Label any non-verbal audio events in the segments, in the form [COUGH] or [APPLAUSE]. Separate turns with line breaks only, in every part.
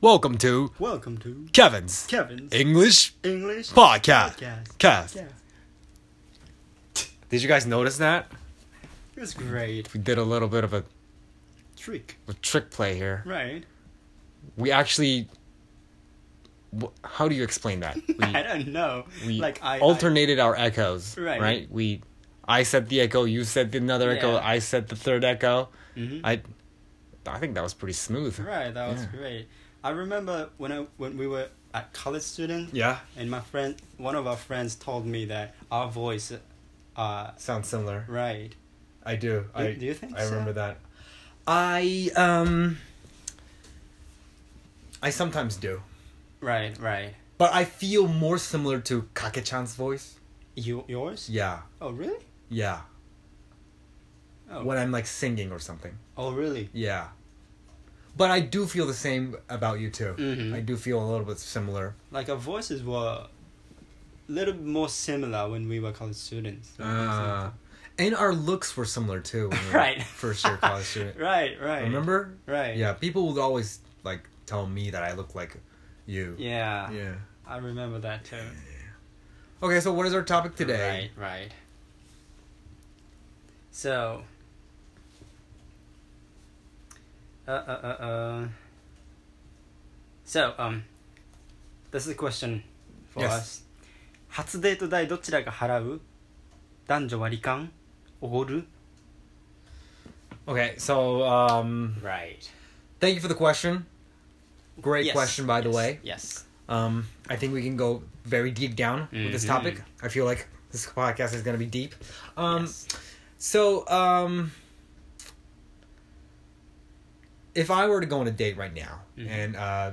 Welcome to
Welcome to
Kevin's
Kevin's
English
English
Podcast.
Podcast.
Cast.
Yeah,
Did you guys notice that?
it was great.
We did a little bit of a,
Trick,
a trick play here.
right?
We actually. wh- How do you explain
[LAUGHS]
that?
I
We,
don't know.
we
like I
alternated our echoes.
Right.
Right? We. I said the echo, you said another echo,
Yeah.
I said the third echo.
I, Mhm.
I I think that was pretty smooth.
right, that was
Yeah.
great. I remember when I when we were a college student,
Yeah.
and my friend, one of our friends, told me that our voice, uh,
Sounds similar.
right.
I do. I
do you think
I
so?
remember that. I um I sometimes do.
Right, right.
But I feel more similar to Kake-chan's voice.
You yours?
Yeah.
Oh really?
Yeah.
Oh,
When I'm like singing or something.
oh really?
Yeah. But I do feel the same about you too.
Mhm.
I do feel a little bit similar.
Like our voices were a little more similar when we were college students.
Uh, and our looks were similar too. When we were
[LAUGHS] Right.
First
[LAUGHS]
year college student.
right, right.
Remember?
Right.
Yeah, people would always like tell me that I look like you.
Yeah.
Yeah.
I remember that too.
Okay, so what is our topic today?
Right, right. So. Uh, uh, uh, uh. So, um. This is a question for
Yes.
us. 初デート代どちらが払う男女割り勘おごる
Okay, so um
Right.
thank you for the question. Great
Yes,
question by the
yes,
way.
Yes.
Um I think we can go very deep down with this
Mhm.
topic. I feel like this podcast is going to be deep. Um
yes.
so um if I were to go on a date right now
Mhm.
and uh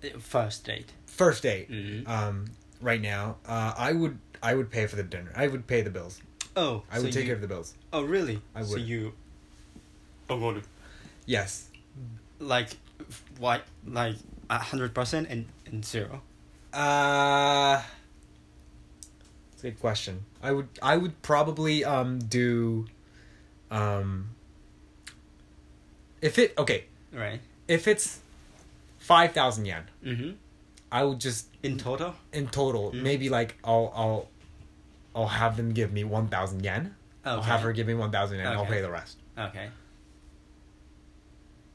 Uh, First date.
first date
Mhm.
um right now, uh I would I would pay for the dinner. I would pay the bills.
Oh,
I would
so
take care
you,
of the bills.
Oh, really?
I
So
would.
you. おごる
Yes.
like what like a hundred percent and and zero
Uh It's a good question. I would I would probably um do um if it okay,
right
if it's 5,000 yen,
mm-hmm
I would just
in total
in total
Mhm.
maybe like I'll I'll I'll have them give me 1,000 yen. I'll have her give me 1,000 yen and I'll
Okay.
pay the rest.
okay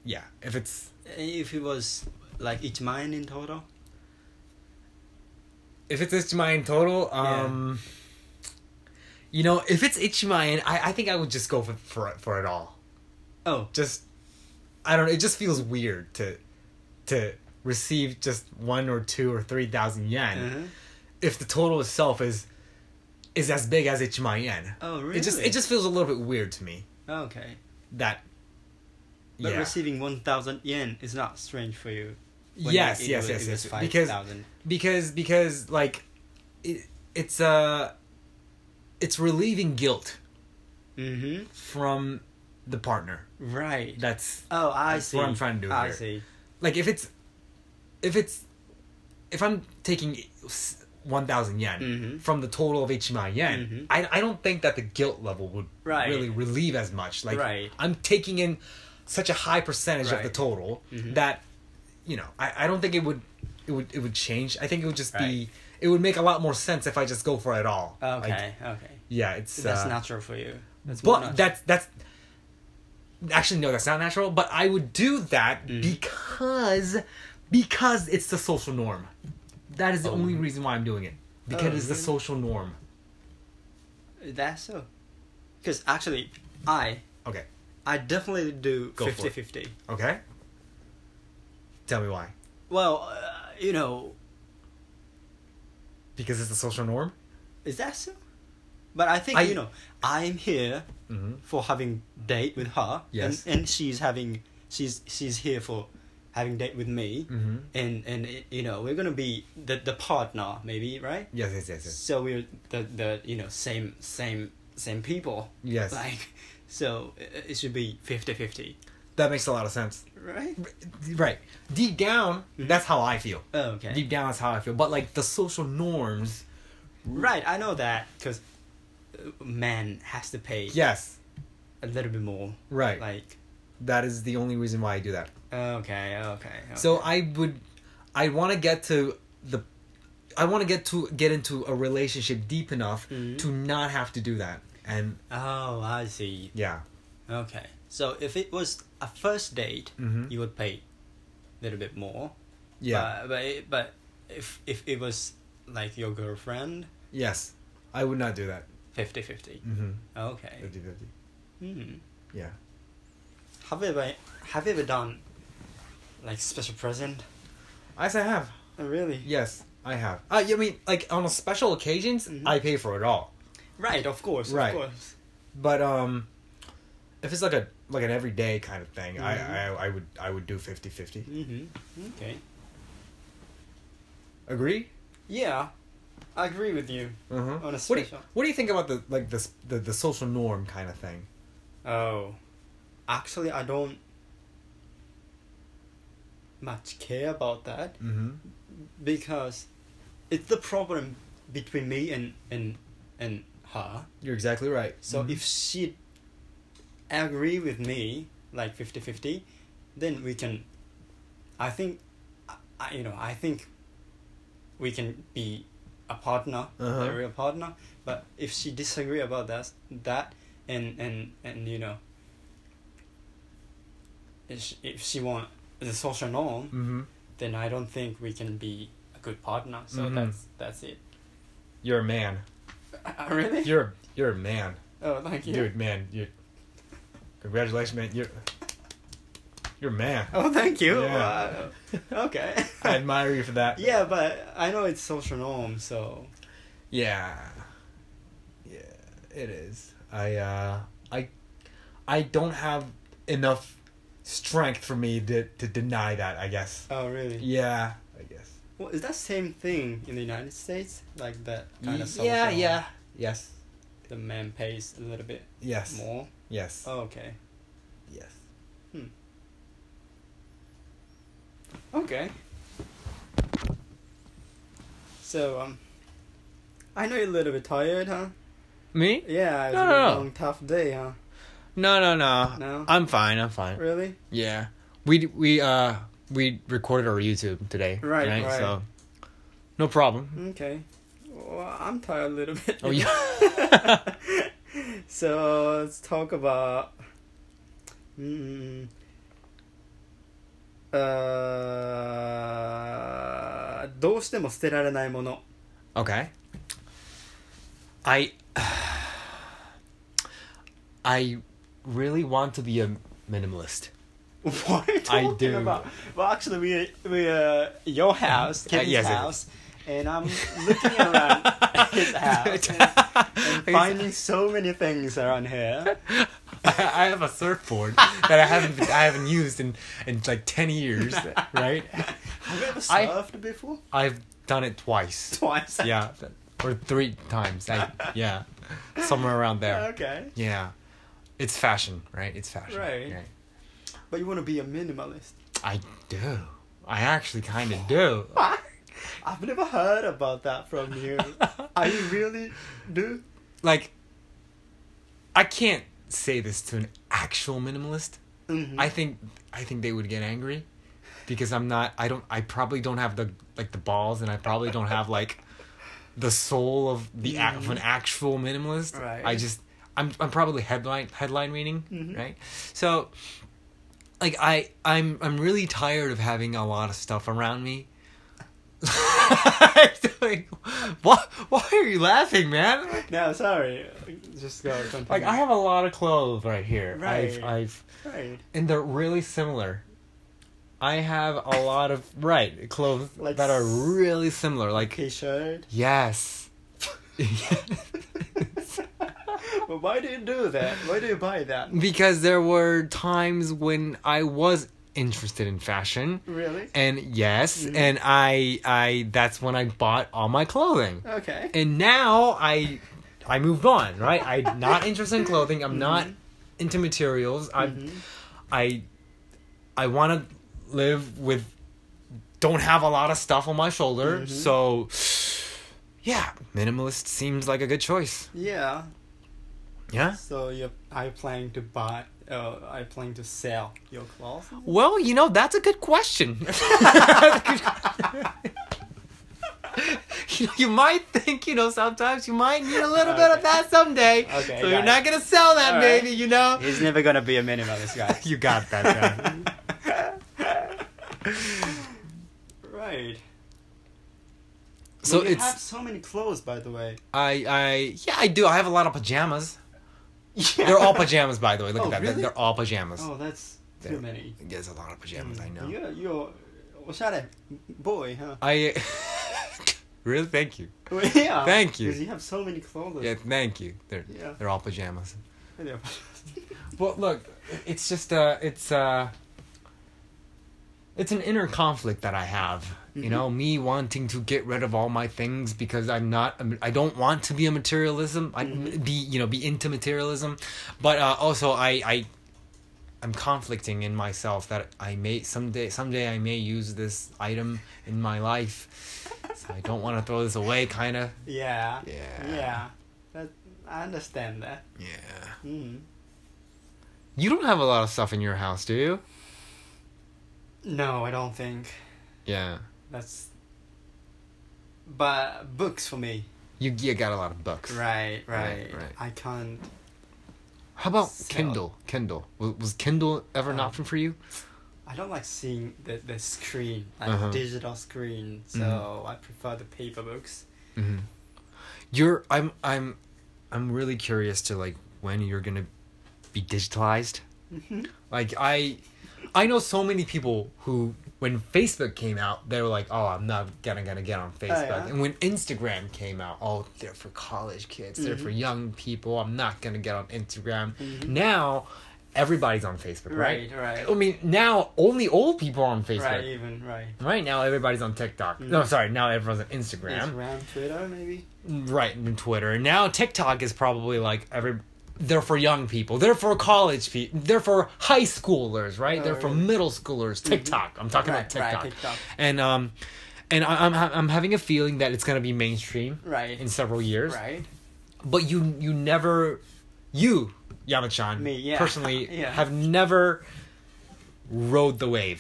Yeah. If it's
if it was like each mine in total
if it's Ichimayan total, um you know, if it's Ichimayan, I I think I would just go for for, for it all.
oh
just I don't know, it just feels weird to to receive just one or two or three thousand yen
uh-huh.
if the total itself is is as big as each my yen.
oh really
It just it just feels a little bit weird to me
okay
that
but
yeah.
receiving one thousand yen is not strange for you
yes, yes, yes, yes, Because
5000
because because like it, it's uh it's relieving guilt
mm-hmm
from the partner.
right
That's
oh i
That's
see
what I'm trying to do
i
here.
see
like if it's if it's if i'm taking s- 1000 yen
Mhm.
from the total of each my yen
Mhm.
I, I don't think that the guilt level would
Right.
really relieve as much like
Right.
i'm taking in such a high percentage of the
Right.
total
Mhm.
that you know I, I don't think it would it would it would change i think it would just
Right.
be it would make a lot more sense if i just go for it all
okay
Like,
okay
yeah it's
that's
uh,
natural for you that's more
but
natural.
that's that's actually no, that's not natural. But I would do that
Mm.
because because it's the social norm. That is the
Oh.
only reason why I'm doing it because
Oh,
it's the
really?
social norm.
That's so. Because actually, I
Okay,
I definitely do
Go for it.
50-50.
okay. Tell me why.
Well, uh, you know,
Because it's the social norm.
is that so? But I think
I-
you know, I'm here
Mm-hmm.
for having date with her,
Yes.
and and she's having she's she's here for having date with me,
Mm-hmm.
and and uh, you know we're gonna be the the partner maybe right.
Yes, yes, yes, yes.
So we're the the you know same same same people
Yes,
like so uh, it should be 50-50
that makes a lot of sense.
right
R- Right. Deep down,
Mhm.
that's how I feel.
oh, okay
Deep down, that's how I feel. But like the social norms.
Right, I know that because man has to pay
Yes.
a little bit more.
Right.
Like
That is the only reason why I do that.
Okay, okay. okay.
So I would, I want to get to the, I want to get to get into a relationship deep enough
Mhm.
to not have to do that. And
Oh, I see.
yeah,
Okay. So if it was a first date,
Mhm.
you would pay a little bit more.
yeah,
But but, it, but if if it was like your girlfriend,
yes, I would not do that.
50-50.
Mm-hmm.
Okay.
50 50
Hmm.
Yeah.
Have you ever have you ever done like special present?
As I have.
Oh, really?
Yes, I have. Uh, yeah, I mean, like on a special occasions,
Mhm.
I pay for it all.
Right. Of course.
Right.
Of course.
But um, if it's like a like an everyday kind of thing, I,
Mhm.
I I would I would do 50 50
Mm-hmm. Okay.
Agree.
Yeah, I agree with you.
Uh-huh.
On
What do
a
you
special.
What do you think about the like this the, the social norm kind of thing?
Oh, actually, I don't much care about that
Mm-hmm.
because it's the problem between me and and and her.
You're exactly right.
So
Mhm.
if she agree with me like 50-50, then we can. I think, I, I- you know, I think we can be a partner,
Uh-huh.
a real partner. But if she disagree about that, that and and and you know, if she, if she want the social norm,
Mhm.
then I don't think we can be a good partner. So
Mhm.
that's that's it. [LAUGHS]
you're a man,
really?
you're you're a man,
oh, thank you.
dude, man, you. Congratulations, man. You're you're a man.
Oh, thank you.
Yeah.
Wow. okay.
I admire you for that.
[LAUGHS] yeah, but I know it's social norm, so
Yeah. Yeah, it is. I uh I I don't have enough strength for me to to deny that, I guess.
oh really?
Yeah, I guess.
Well, is that same thing in the United States? Like that kind of social
yeah,
norm?
yeah. Yes.
The man pays a little bit
Yes.
more.
Yes.
Oh, okay.
Yes.
Hmm. Okay. So um, I know you're a little bit tired, huh?
Me?
Yeah, it's
No,
been
no,
a
no.
long tough day, huh?
No, no, no.
No?
I'm fine. I'm fine.
Really?
Yeah. We we uh we recorded our YouTube today.
Right, right.
So no problem.
Okay. Well, I'm tired a little [LAUGHS] bit.
Oh yeah.
so let's talk about mm, uh, どうしても捨てられないもの
okay. I [SIGHS] I really want to be a minimalist.
[LAUGHS] What are you
I
talking
do.
about? Well, actually, we we [LAUGHS] uh, your house, Kevin's
yes, yes.
house, and I'm looking [LAUGHS]
[LAUGHS]
around his house and, [LAUGHS] and finding so many things around [LAUGHS] here.
I have a surfboard that I haven't [LAUGHS] I haven't used in in like 10
[LAUGHS]
years, right?
Have you ever
I-
surfed before?
I've done it twice.
Twice.
yeah or three times I, yeah somewhere around there
Okay.
yeah it's fashion right it's fashion
Right. But you want to be a minimalist. [LAUGHS]
i do i actually kind of do
I've never heard about that from
[LAUGHS]
you. Are you really do?
like i can't say this to an actual minimalist
Mhm.
i think i think they would get angry because i'm not i don't i probably don't have the like the balls and i probably don't have like the soul of the ac of an actual minimalist
Right.
i just i'm i'm probably headline headline reading
Mhm.
right so like i i'm i'm really tired of having a lot of stuff around me [LAUGHS] like, why, why are you laughing man
No, sorry. Just go. Continue.
like i have a lot of clothes right here i've
Right.
i've
right.
and they're really similar. I have a lot of right clothes
Like
that are
s-
really similar. Like
[LAUGHS] T-shirt.
yes, [LAUGHS]
But why do you do that? Why do you buy that?
because there were times when I was interested in fashion,
Really?
and yes,
Mm-hmm.
and I I that's when I bought all my clothing,
Okay.
and now I I moved on. Right, I'm not interested in clothing. I'm not
Mm-hmm.
into materials. I'm I I want to live with don't have a lot of stuff on my shoulder.
Mm-hmm.
So yeah, minimalist seems like a good choice.
Yeah.
Yeah.
So you're are you planning to buy uh, are you planning to sell your
[LAUGHS]
[LAUGHS] clothes?
Well, you know, that's a good
[LAUGHS]
question. [LAUGHS] you, know, you might think, you know, sometimes you might need a little bit
Okay.
of that someday.
Okay,
so
got
you're
it.
not going to sell that,
All right.
baby, you know?
He's never gonna be a minimalist guy.
[LAUGHS] You got that, guy.
[LAUGHS] right.
So
you
it's-
have so many clothes, by the way.
I, I, yeah, I do. I have a lot of pajamas.
Yeah.
[LAUGHS] They're
[LAUGHS]
all pajamas, by the way. Look
Oh,
at that.
really?
They're, they're all pajamas.
Oh, that's
They're-
too many. Mm-hmm.
There's a lot of pajamas, I know.
You're you're oshare boy,
[LAUGHS]
huh? [LAUGHS]
I, really, thank you.
yeah.
Thank you.
Because you have so many clothes.
Yeah, thank you. They're,
Yeah.
they're all pajamas.
[LAUGHS] Yeah.
Well, look, it's just uh it's uh it's an inner conflict that I have. You know, me wanting to get rid of all my things because I'm not I'm- I don't want to be a materialism. I be you know, be into materialism, but uh also I I I'm conflicting in myself that I may someday someday I may use this item in my life. So I don't want to throw this away kind of.
Yeah.
Yeah.
Yeah. That I understand that.
Yeah.
Mm.
You don't have a lot of stuff in your house, do you?
No, I don't think
Yeah.
that's. But books for me.
You you got a lot of books.
Right, right.
Right, right.
I can't.
How about
So-
Kindle? Kindle was, was Kindle ever an
Um,
option for you?
I don't like seeing the the screen, like
Uh-huh.
digital screen. So I prefer the paper books.
Mm-hmm. You're I'm I'm I'm really curious to like when you're gonna be digitalized.
Mm-hmm.
Like I I know so many people who when Facebook came out they were like oh I'm not gonna gonna get on Facebook
Oh, yeah?
and when Instagram came out oh they're for college kids they're
Mm-hmm.
for young people I'm not gonna get on Instagram now everybody's on Facebook right
Right, right.
I mean now only old people are on Facebook
Right, even right.
Right now, everybody's on TikTok.
Mm-hmm.
No, sorry, now everyone's on Instagram.
Instagram, Twitter, maybe.
Right, and Twitter. And now TikTok is probably like every. They're for young people. They're for college people. They're for high schoolers, right?
Oh,
they're for
really?
middle schoolers. TikTok. I'm talking about
Right, right,
TikTok.
TikTok.
And um, and I, I'm ha- I'm having a feeling that it's gonna be mainstream
Right.
in several years.
Right.
But you you never, you Yamachan,
Me, yeah.
personally
[LAUGHS] Yeah.
have never rode the wave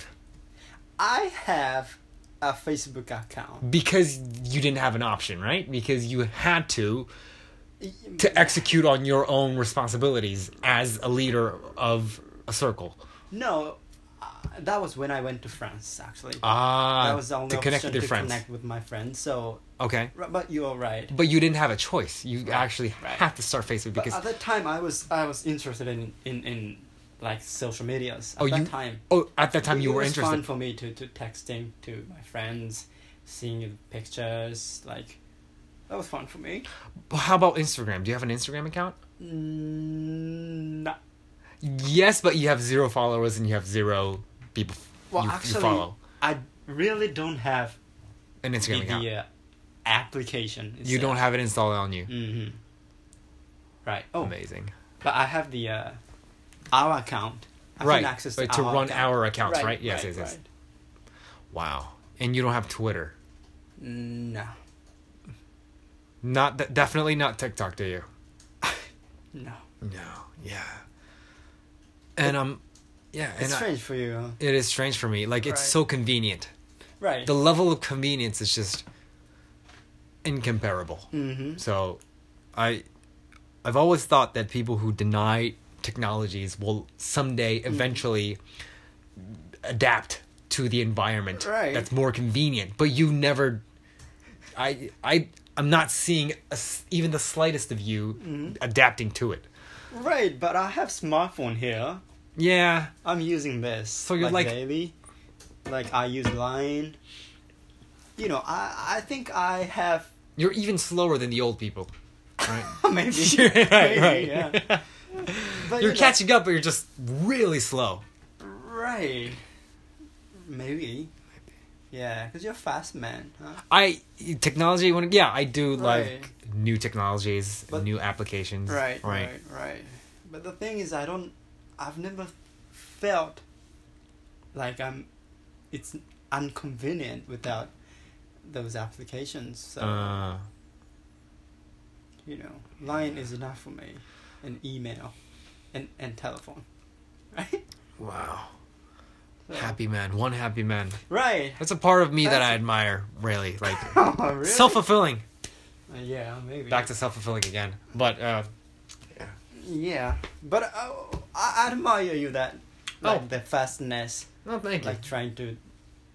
I have a Facebook account.
because you didn't have an option, right? Because you had to. to execute on your own responsibilities as a leader of a circle.
No, uh, that was when I went to France actually.
Ah,
that was the only
to connect
option
with your
to
friends.
connect with my friends. So,
Okay,
r- but you're right.
but you didn't have a choice. You actually
right.
have to start Facebook
But
because
at that time, I was I was interested in in, in like social medias. At
oh,
that
you
time,
oh at that time you
it
were
was
interested.
fun for me to to texting to my friends, seeing the pictures. Like that was fun for me.
But How about Instagram? Do you have an Instagram account?
Mm, no.
Yes, but you have zero followers and you have zero people
Well,
you, you
actually,
follow
I really don't have
an Instagram
the,
account.
the uh, application.
you don't have it installed on you.
hmm Right. Oh,
Amazing.
but I have the uh, our account. I
Right,
Can access
but to
our
run
account.
our accounts, right? Yes, yes, yes.
right.
Wow. And you don't have Twitter.
No,
Not definitely not TikTok, do you?
no.
No, yeah. And um, yeah, and
it's
I-
strange for you. Huh?
it is strange for me. Like it's
Right.
so convenient.
Right.
The level of convenience is just incomparable.
mm-hmm.
So, I, I've always thought that people who deny technologies will someday
Mm-hmm.
eventually adapt to the environment
Right.
that's more convenient. But you never, I I I'm not seeing a s even the slightest of you
Mm-hmm.
adapting to it.
Right, but I have smartphone here.
Yeah,
I'm using this. So
you're like-
daily. Like I use Line. You know, I I think I have [LAUGHS]
You're even slower than the old people. Right? [LAUGHS]
maybe,
Right,
maybe
right. [LAUGHS]
yeah.
you're
But, you know,
catching up, but you're just really slow.
Right. Maybe. Yeah, because you're fast man, huh?
I technology when yeah, I do
Right.
like new technologies,
But-
new applications.
Right, right, right, But the thing is, I don't. I've never felt like I'm. It's inconvenient without those applications. So
Uh,
you know, line is enough for me. An email, and and telephone. right?
Wow.
So-
Happy man. One happy man. [LAUGHS]
Right. [LAUGHS]
That's a part of me that
That's-
I admire, really. Like
Oh, [LAUGHS] really?
self fulfilling.
Uh, yeah, maybe.
Back to self fulfilling again. But uh
Yeah, but uh, I I admire you that, like
Oh.
the fastness,
no thank you.
like trying to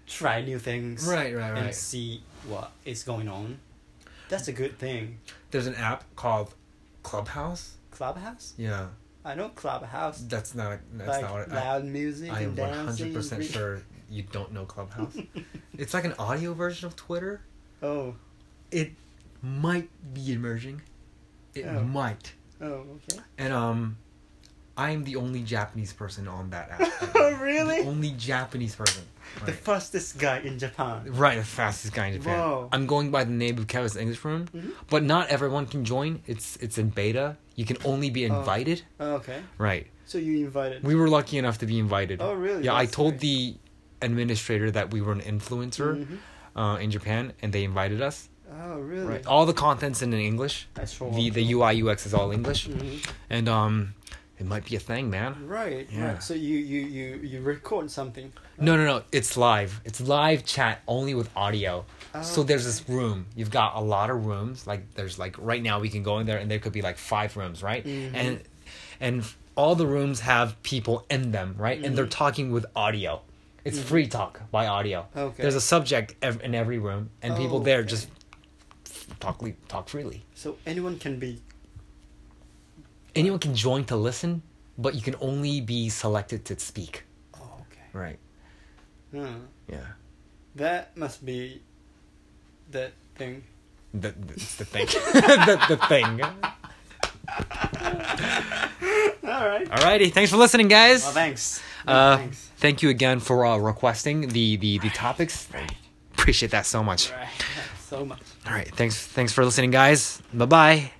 try new things
right, right,
and
right.
see what is going on. That's a good thing.
There's an app called Clubhouse.
Clubhouse.
Yeah.
I know Clubhouse.
That's not a, that's
like
not what I,
loud music
I am
and
one
dancing.
hundred percent
re-
sure you don't know Clubhouse. [LAUGHS] it's like an audio version of Twitter.
Oh,
It might be emerging. It
Oh.
might.
oh, okay.
And um I'm the only Japanese person on that
[LAUGHS]
app.
Oh, really?
The only Japanese person.
The
Right.
fastest guy in Japan.
Right, the fastest guy in Japan.
Whoa.
I'm going by the name of Kevin's English room,
Mhm.
but not everyone can join. It's it's in beta. You can only be
Oh.
invited.
Oh, okay,
Right.
so you invited.
We were lucky enough to be invited.
Oh, really?
Yeah, I
That's
told
great.
the administrator that we were an influencer
Mhm.
uh, in Japan, and they invited us.
Oh, really?
Right. All the contents in English.
I saw.
The the UI UX is all English,
Mhm.
and um, it might be a thing, man.
Right,
Yeah.
right. So you, you, you, you record something.
No, no, no. It's live. It's live chat only with audio. so there's this room. You've got a lot of rooms. Like there's like right now we can go in there and there could be like five rooms, right?
Mhm.
And and all the rooms have people in them, right? And they're
Mm.
talking with audio. It's free talk by audio.
Mm-hmm. Okay.
There's a subject ev- in every room, and people there
Okay.
just talk le- talk freely.
So anyone can be.
Anyone can join to listen, but you can only be selected to speak.
Oh, okay.
Right.
Hmm.
Yeah.
That must be that thing.
The, the, it's the thing. [LAUGHS] the, the thing.
All right.
Alrighty. Thanks for listening, guys.
Well, thanks.
Oh, Uh,
thanks.
thank you again for uh, requesting the the, the topics.
Right.
Appreciate that so much.
Right. [LAUGHS] so much.
All right, thanks thanks for listening, guys. Bye bye.